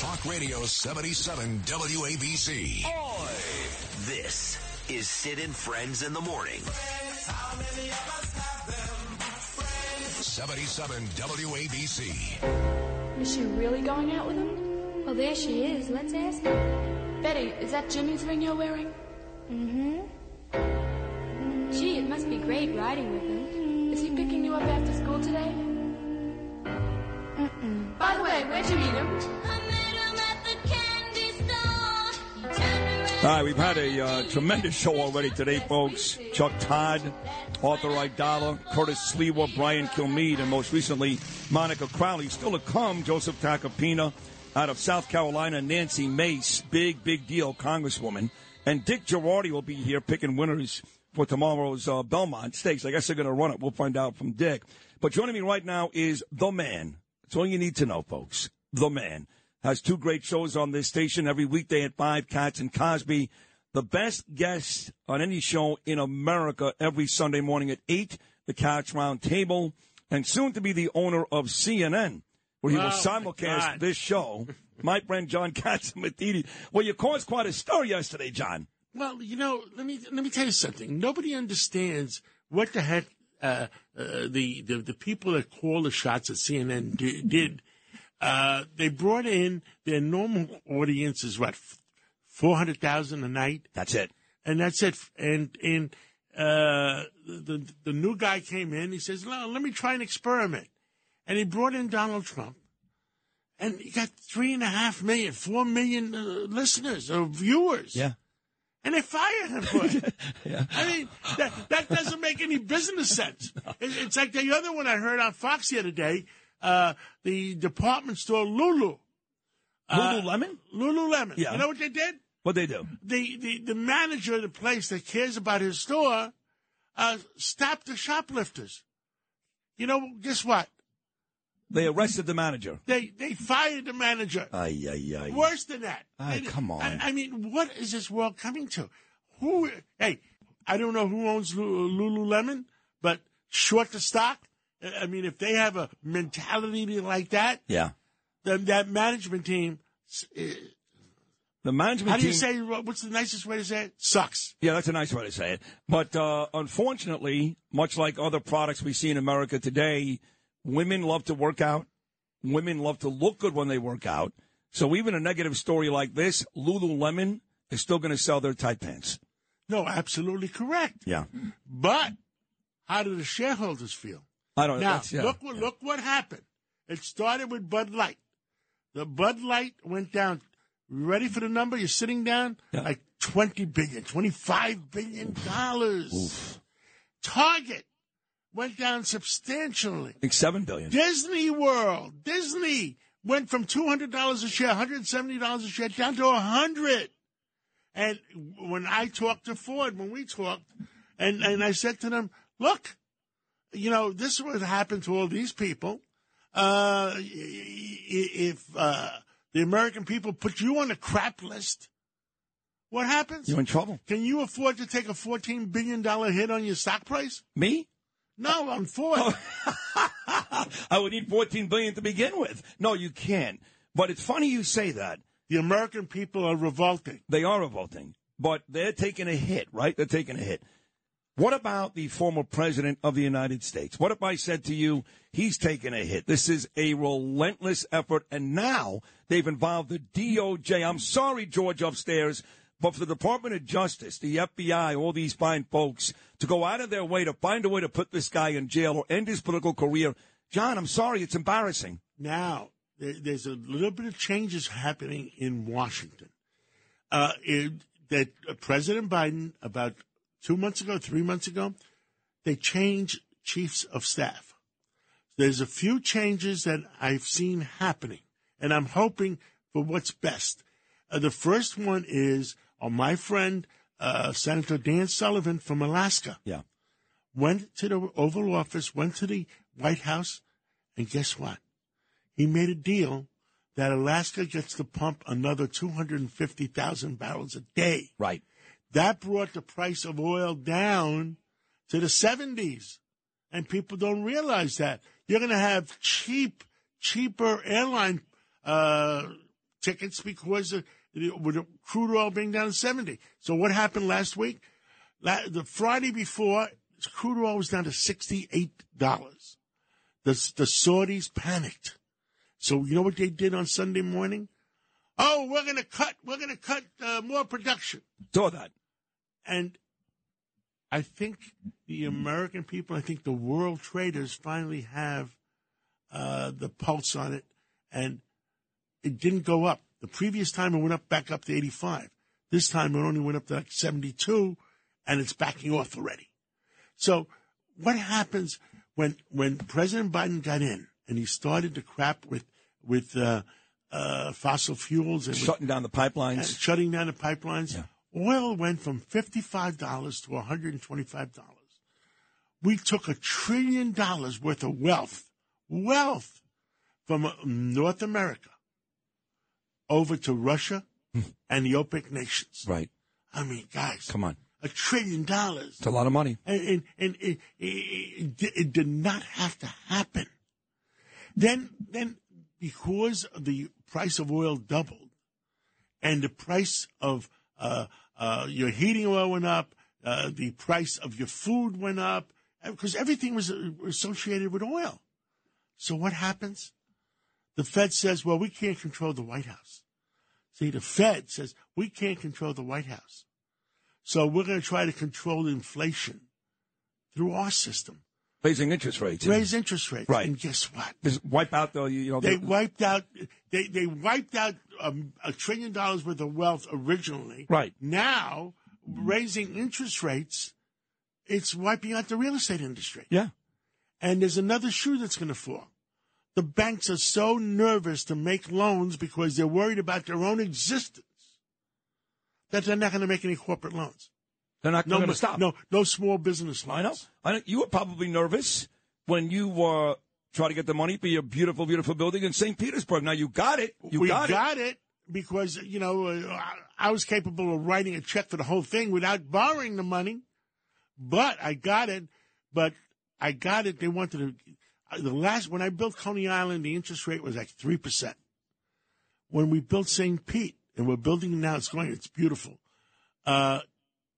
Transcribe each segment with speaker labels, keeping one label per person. Speaker 1: Talk Radio 77 WABC.
Speaker 2: This is Sid and Friends in the Morning.
Speaker 1: 77 WABC.
Speaker 3: Is she really going out with him? Well, there she is. Let's ask her. Betty, is that Jimmy's ring you're wearing? Mm-hmm. Gee, it must be great riding with him. Is he picking you up after school today? Mm-mm. By the way, where'd you meet him?
Speaker 4: All right, we've had a uh, tremendous show already today, folks. Chuck Todd, Arthur Idala, Curtis Slewa, Brian Kilmeade, and most recently, Monica Crowley. Still to come, Joseph Takapina out of South Carolina, Nancy Mace, big, big deal, Congresswoman. And Dick Girardi will be here picking winners for tomorrow's uh, Belmont Stakes. I guess they're going to run it. We'll find out from Dick. But joining me right now is the man. That's all you need to know, folks. The man has two great shows on this station every weekday at 5, Cats and Cosby. The best guest on any show in America every Sunday morning at 8, the Couch Round Table, and soon to be the owner of CNN, where he
Speaker 5: Oh,
Speaker 4: will
Speaker 5: my
Speaker 4: simulcast
Speaker 5: God.
Speaker 4: this show. My friend John Katzimatidis. Well, you caused quite a stir yesterday, John.
Speaker 5: Well, you know, let me let me tell you something. Nobody understands what the heck uh, uh, the, the the people that call the shots at CNN di- did. Uh, they brought in their normal audience is what four hundred thousand a night,
Speaker 4: That's it.
Speaker 5: and that's it. And and uh, the the new guy came in. He says, "No, let me try an experiment," and he brought in Donald Trump. And he got three and a half million, four million uh, listeners or viewers and they fired him for it. I mean, that, that doesn't make any business sense. It's, it's like the other one I heard on Fox the other day, uh, the department store Lulu, uh,
Speaker 4: Lululemon?
Speaker 5: Lululemon.
Speaker 4: Yeah.
Speaker 5: You know what they did?
Speaker 4: Uh, What'd they do?
Speaker 5: The, the, the manager of the place that cares about his store uh, stopped the shoplifters. You know, guess what?
Speaker 4: They arrested the manager.
Speaker 5: They they fired the manager.
Speaker 4: Ay, ay, ay.
Speaker 5: Worse than that.
Speaker 4: Ah,
Speaker 5: It-
Speaker 4: come on.
Speaker 5: I, I mean, what is this world coming to? Who? Hey, I don't know who owns Lu- Lululemon, but short the stock. I I mean, if they have a mentality like that,
Speaker 4: Yeah.
Speaker 5: then that management team. s- uh,
Speaker 4: The management
Speaker 5: How do you
Speaker 4: team-
Speaker 5: say? What's the nicest way to say it? Sucks.
Speaker 4: Yeah, that's a nice way to say it. But uh, unfortunately, much like other products we see in America today, women love to work out. Women love to look good when they work out. So even a negative story like this, Lululemon is still going to sell their tight pants.
Speaker 5: No, absolutely correct.
Speaker 4: Yeah,
Speaker 5: But how do the shareholders feel?
Speaker 4: I don't.
Speaker 5: Now
Speaker 4: that's, yeah.
Speaker 5: look what look what happened. It started with Bud Light. The Bud Light went down. You ready for the number? You're sitting down
Speaker 4: Yeah.
Speaker 5: like 20 billion, 25 billion dollars. Target went down substantially.
Speaker 4: like seven billion.
Speaker 5: Disney World, Disney went from two hundred dollars a share, one hundred seventy dollars a share, down to a hundred. And when I talked to Ford, when we talked, and and I said to them, "Look, you know, this is what happened to all these people. Uh, i- i- if uh, the American people put you on a crap list, what happens?
Speaker 4: You're in trouble.
Speaker 5: Can you afford to take a fourteen billion dollar hit on your stock price?
Speaker 4: Me?
Speaker 5: No, on Ford.
Speaker 4: I would need fourteen billion to begin with. No, you can't. But it's funny you say that.
Speaker 5: The American people are revolting."
Speaker 4: They are revolting, but they're taking a hit, right? They're taking a hit. What about the former president of the United States? What if I said to you, he's taking a hit? This is a relentless effort, and now they've involved the DOJ. I'm sorry, George, upstairs, but for the Department of Justice, the FBI, all these fine folks, to go out of their way to find a way to put this guy in jail or end his political career. John, I'm sorry, it's embarrassing.
Speaker 5: Now, there, there's a little bit of changes happening in Washington. Uh, it, that uh, President Biden, about two months ago, three months ago, they changed chiefs of staff. There's a few changes that I've seen happening, and I'm hoping for what's best. Uh, the first one is uh, my friend uh, Senator Dan Sullivan from Alaska
Speaker 4: Yeah.
Speaker 5: went to the Oval Office, went to the White House, and guess what? He made a deal that Alaska gets to pump another 250,000 barrels a day.
Speaker 4: Right.
Speaker 5: That brought the price of oil down to the 70s. And people don't realize that. You're going to have cheap, cheaper airline uh, tickets because of the, with the crude oil being down to 70. So what happened last week? La- the Friday before, crude oil was down to $68. The, the Saudis panicked. So you know what they did on Sunday morning? Oh, we're going to cut, we're going to cut uh, more production.
Speaker 4: Saw that.
Speaker 5: And I think the American people, I think the world traders finally have uh, the pulse on it. And it didn't go up. The previous time it went up back up to 85. This time it only went up to like 72 and it's backing off already. So what happens when, when President Biden got in and he started to crap with, with, uh, uh, fossil fuels and with
Speaker 4: Shutting down the
Speaker 5: and
Speaker 4: pipelines.
Speaker 5: shutting down the pipelines. Oil went from $55 to $125. We took a trillion dollars worth of wealth, wealth from uh, North America over to Russia and the OPEC nations.
Speaker 4: Hmm. Right.
Speaker 5: I mean, guys,
Speaker 4: Come on.
Speaker 5: a trillion dollars.
Speaker 4: It's a lot of money.
Speaker 5: And, and, and it, it, it, di- it did not have to happen. Then, then because the price of oil doubled and the price of uh, uh, your heating oil went up, uh, the price of your food went up, because everything was uh, associated with oil. So what happens? The Fed says, well, we can't control the White House. See, the Fed says, we can't control the White House. So we're going to try to control inflation through our system.
Speaker 4: Raising interest rates.
Speaker 5: Raise interest rates.
Speaker 4: Right.
Speaker 5: And guess what?
Speaker 4: Just wipe out the, you know,
Speaker 5: They
Speaker 4: the,
Speaker 5: wiped out. They they wiped out um, a trillion dollars worth of wealth originally.
Speaker 4: Right.
Speaker 5: now, raising interest rates, it's wiping out the real estate industry.
Speaker 4: yeah.
Speaker 5: And there's another shoe that's going to fall. The banks are so nervous to make loans because they're worried about their own existence that they're not going to make any corporate loans.
Speaker 4: They're not
Speaker 5: No,
Speaker 4: going to
Speaker 5: mi-
Speaker 4: stop.
Speaker 5: no, no small business loans.
Speaker 4: I know. I know. You were probably nervous when you uh, try to get the money for your beautiful, beautiful building in St. Petersburg. Now you got it. You
Speaker 5: we
Speaker 4: got, it.
Speaker 5: got it. because you know uh, I- I was capable of writing a check for the whole thing without borrowing the money, but I got it. But I got it. They wanted to. uh, The last when I built Coney Island, the interest rate was like three percent. When we built St. Pete, and we're building it now, it's going. It's beautiful. Uh,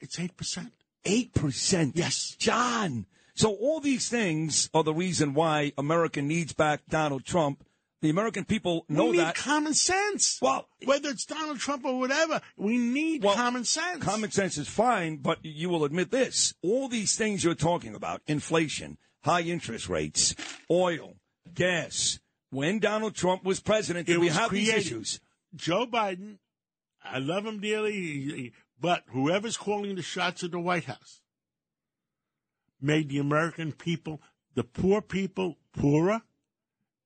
Speaker 5: it's eight percent.
Speaker 4: Eight percent.
Speaker 5: Yes.
Speaker 4: John. So all these things are the reason why America needs back Donald Trump. The American people know
Speaker 5: we need
Speaker 4: that.
Speaker 5: common sense.
Speaker 4: Well-
Speaker 5: whether it's Donald Trump or whatever, we need
Speaker 4: Well,
Speaker 5: common sense.
Speaker 4: Common sense is fine, but you will admit this. All these things you're talking about, inflation, high interest rates, oil, gas, when Donald Trump was president, did
Speaker 5: It
Speaker 4: we
Speaker 5: was
Speaker 4: have these
Speaker 5: created.
Speaker 4: issues?
Speaker 5: Joe Biden, I love him dearly, he- he- but whoever's calling the shots at the White House made the American people, the poor people, poorer,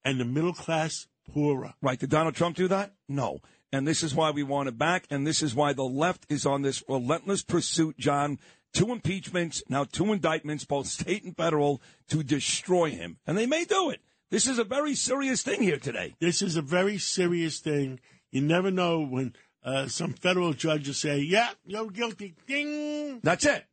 Speaker 5: and the middle class poorer.
Speaker 4: Right. Did Donald Trump do that? No. And this is why we want it back. And this is why the left is on this relentless pursuit, John. Two impeachments, now two indictments, both state and federal, to destroy him. And they may do it. This is a very serious thing here today.
Speaker 5: This is a very serious thing. You never know when uh, some federal judge will say, "Yeah, you're guilty." Ding.
Speaker 4: That's it.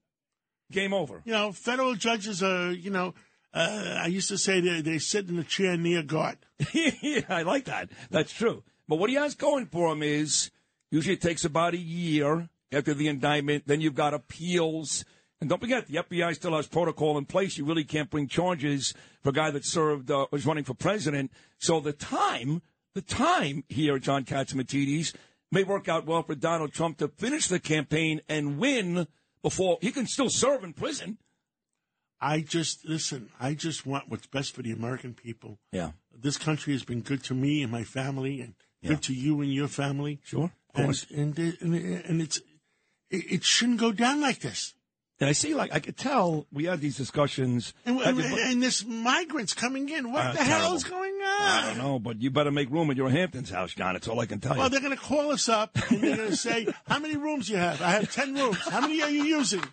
Speaker 4: Game over.
Speaker 5: You know, federal judges are. You know, uh, I used to say they, they sit in a chair near God.
Speaker 4: yeah, I like that. That's true. But what he has going for him is usually it takes about a year after the indictment. Then you've got appeals. And don't forget, the FBI still has protocol in place. You really can't bring charges for a guy that served, uh, was running for president. So the time, the time here, John Katzmatidis, may work out well for Donald Trump to finish the campaign and win before he can still serve in prison.
Speaker 5: I just listen. I just want what's best for the American people.
Speaker 4: Yeah.
Speaker 5: this country has been good to me and my family, and good to you and your family.
Speaker 4: Sure, of
Speaker 5: and
Speaker 4: course.
Speaker 5: and, and, and it's it, it shouldn't go down like this.
Speaker 4: And I see, like, I could tell we had these discussions.
Speaker 5: And,
Speaker 4: I
Speaker 5: and,
Speaker 4: could-
Speaker 5: and this migrants coming in. What
Speaker 4: Uh,
Speaker 5: the hell
Speaker 4: terrible.
Speaker 5: is going on?
Speaker 4: I don't know, but you better make room at your Hamptons house, John. That's all I can tell you.
Speaker 5: Well, they're going to call us up and they're going to say, "How many rooms you have? I have ten rooms. How many are you using?"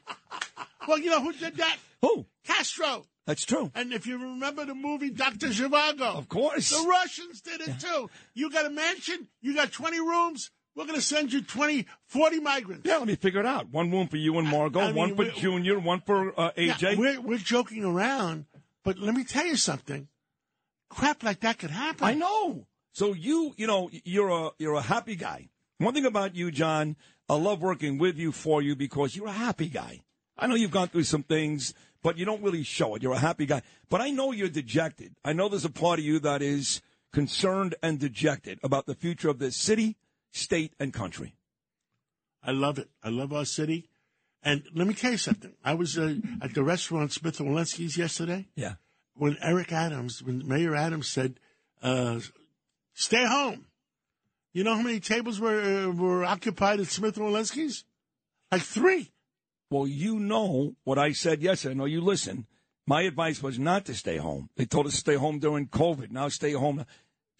Speaker 5: Well, you know who did that?
Speaker 4: Who?
Speaker 5: Castro.
Speaker 4: That's true.
Speaker 5: And if you remember the movie Doctor Zhivago,
Speaker 4: Of course.
Speaker 5: the Russians did it too. You got a mansion. You got twenty rooms. We're going to send you 20, 40 migrants.
Speaker 4: Yeah, let me figure it out. One room for you and Margot,
Speaker 5: I mean,
Speaker 4: one for
Speaker 5: we-
Speaker 4: Junior, one for uh,
Speaker 5: Now,
Speaker 4: AJ.
Speaker 5: we're, we're joking around, but let me tell you something. Crap like that could happen.
Speaker 4: I know. So you, you know, you're a you're a happy guy. One thing about you, John, I love working with you for you because you're a happy guy. I know you've gone through some things, but you don't really show it. You're a happy guy, but I know you're dejected. I know there's a part of you that is concerned and dejected about the future of this city, state, and country.
Speaker 5: I love it. I love our city. And let me tell you something. I was uh, at the restaurant Smith and Walensky's yesterday
Speaker 4: Yeah.
Speaker 5: when Eric Adams, when Mayor Adams said, uh, "Stay home." You know how many tables were uh, were occupied at Smith and Walensky's? Like three.
Speaker 4: Well, you know what I said yesterday. I know you listen. My advice was not to stay home. They told us to stay home during COVID. Now stay home.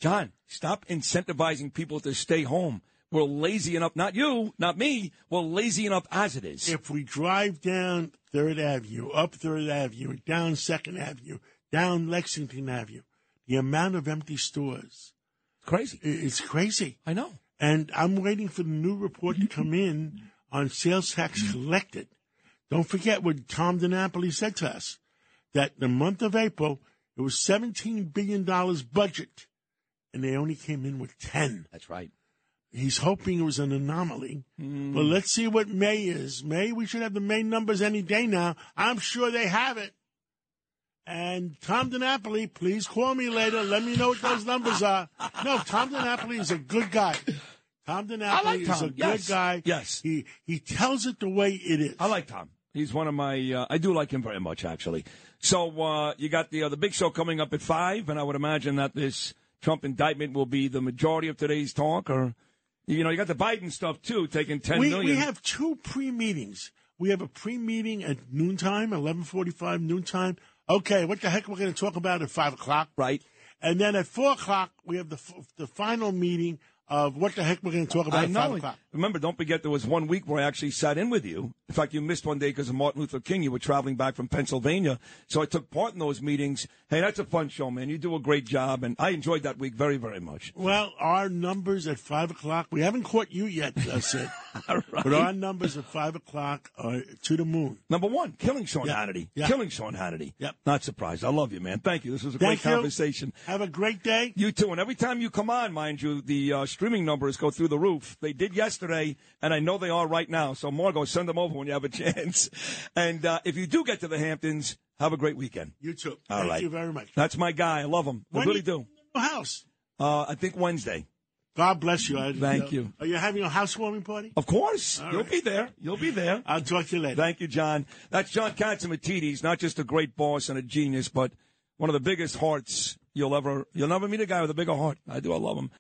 Speaker 4: John, stop incentivizing people to stay home. We're lazy enough, not you, not me, we're lazy enough as it is.
Speaker 5: If we drive down Third Avenue, up Third Avenue, down Second Avenue, down Lexington Avenue, the amount of empty stores,
Speaker 4: Crazy.
Speaker 5: i- it's crazy.
Speaker 4: I know.
Speaker 5: And I'm waiting for the new report to come in on sales tax collected. Don't forget what Tom DiNapoli said to us that the month of April, it was $17 billion budget, and they only came in with 10.
Speaker 4: That's right.
Speaker 5: He's hoping it was an anomaly.
Speaker 4: Hmm.
Speaker 5: But let's see what May is. May, we should have the May numbers any day now. I'm sure they have it. And Tom DiNapoli, please call me later. Let me know what those numbers are. No, Tom DiNapoli is a good guy. Tom DiNapoli
Speaker 4: like
Speaker 5: is
Speaker 4: Tom.
Speaker 5: a
Speaker 4: Yes.
Speaker 5: good guy.
Speaker 4: Yes.
Speaker 5: He he tells it the way it is.
Speaker 4: I like Tom. He's one of my. Uh, I do like him very much, actually. So uh, you got the uh, the big show coming up at five, and I would imagine that this Trump indictment will be the majority of today's talk. Or you know, you got the Biden stuff too, taking ten
Speaker 5: we,
Speaker 4: million.
Speaker 5: we have two pre-meetings. We have a pre-meeting at noontime, 11.45 noontime. Okay, what the heck we're going to talk about at 5 o'clock?
Speaker 4: right.
Speaker 5: And then at four o'clock, we have the f- the final meeting of what the heck we're going to talk about
Speaker 4: I
Speaker 5: at five
Speaker 4: know.
Speaker 5: o'clock.
Speaker 4: Remember, don't forget there was one week where I actually sat in with you. In fact, you missed one day because of Martin Luther King. You were traveling back from Pennsylvania, so I took part in those meetings. Hey, that's a fun show, man. You do a great job, and I enjoyed that week very, very much.
Speaker 5: Well, our numbers at five o'clock. We haven't caught you yet, uh, Sid. But our numbers at five o'clock are to the moon.
Speaker 4: Number one, killing Sean
Speaker 5: Yeah.
Speaker 4: Hannity.
Speaker 5: Yeah.
Speaker 4: Killing Sean Hannity.
Speaker 5: Yep.
Speaker 4: Not surprised. I love you, man. Thank you. This was a
Speaker 5: Thank
Speaker 4: great
Speaker 5: you.
Speaker 4: conversation.
Speaker 5: Have a great day.
Speaker 4: You too. And every time you come on, mind you, the uh, streaming numbers go through the roof. They did yesterday, and I know they are right now. So, Margot, send them over when you have a chance. And uh, if you do get to the Hamptons, have a great weekend.
Speaker 5: You too.
Speaker 4: All
Speaker 5: Thank
Speaker 4: right.
Speaker 5: you very much.
Speaker 4: That's my guy. I love him. I
Speaker 5: When
Speaker 4: really do.
Speaker 5: you- Your House.
Speaker 4: Uh, I think Wednesday.
Speaker 5: God bless you. I-
Speaker 4: Thank you.
Speaker 5: Are you having a housewarming party?
Speaker 4: Of course. You'll
Speaker 5: right.
Speaker 4: be there. You'll be there.
Speaker 5: I'll talk to you later.
Speaker 4: Thank you, John. That's John Katzimatidis, not just a great boss and a genius, but one of the biggest hearts you'll ever, you'll never meet a guy with a bigger heart. I do. I love him.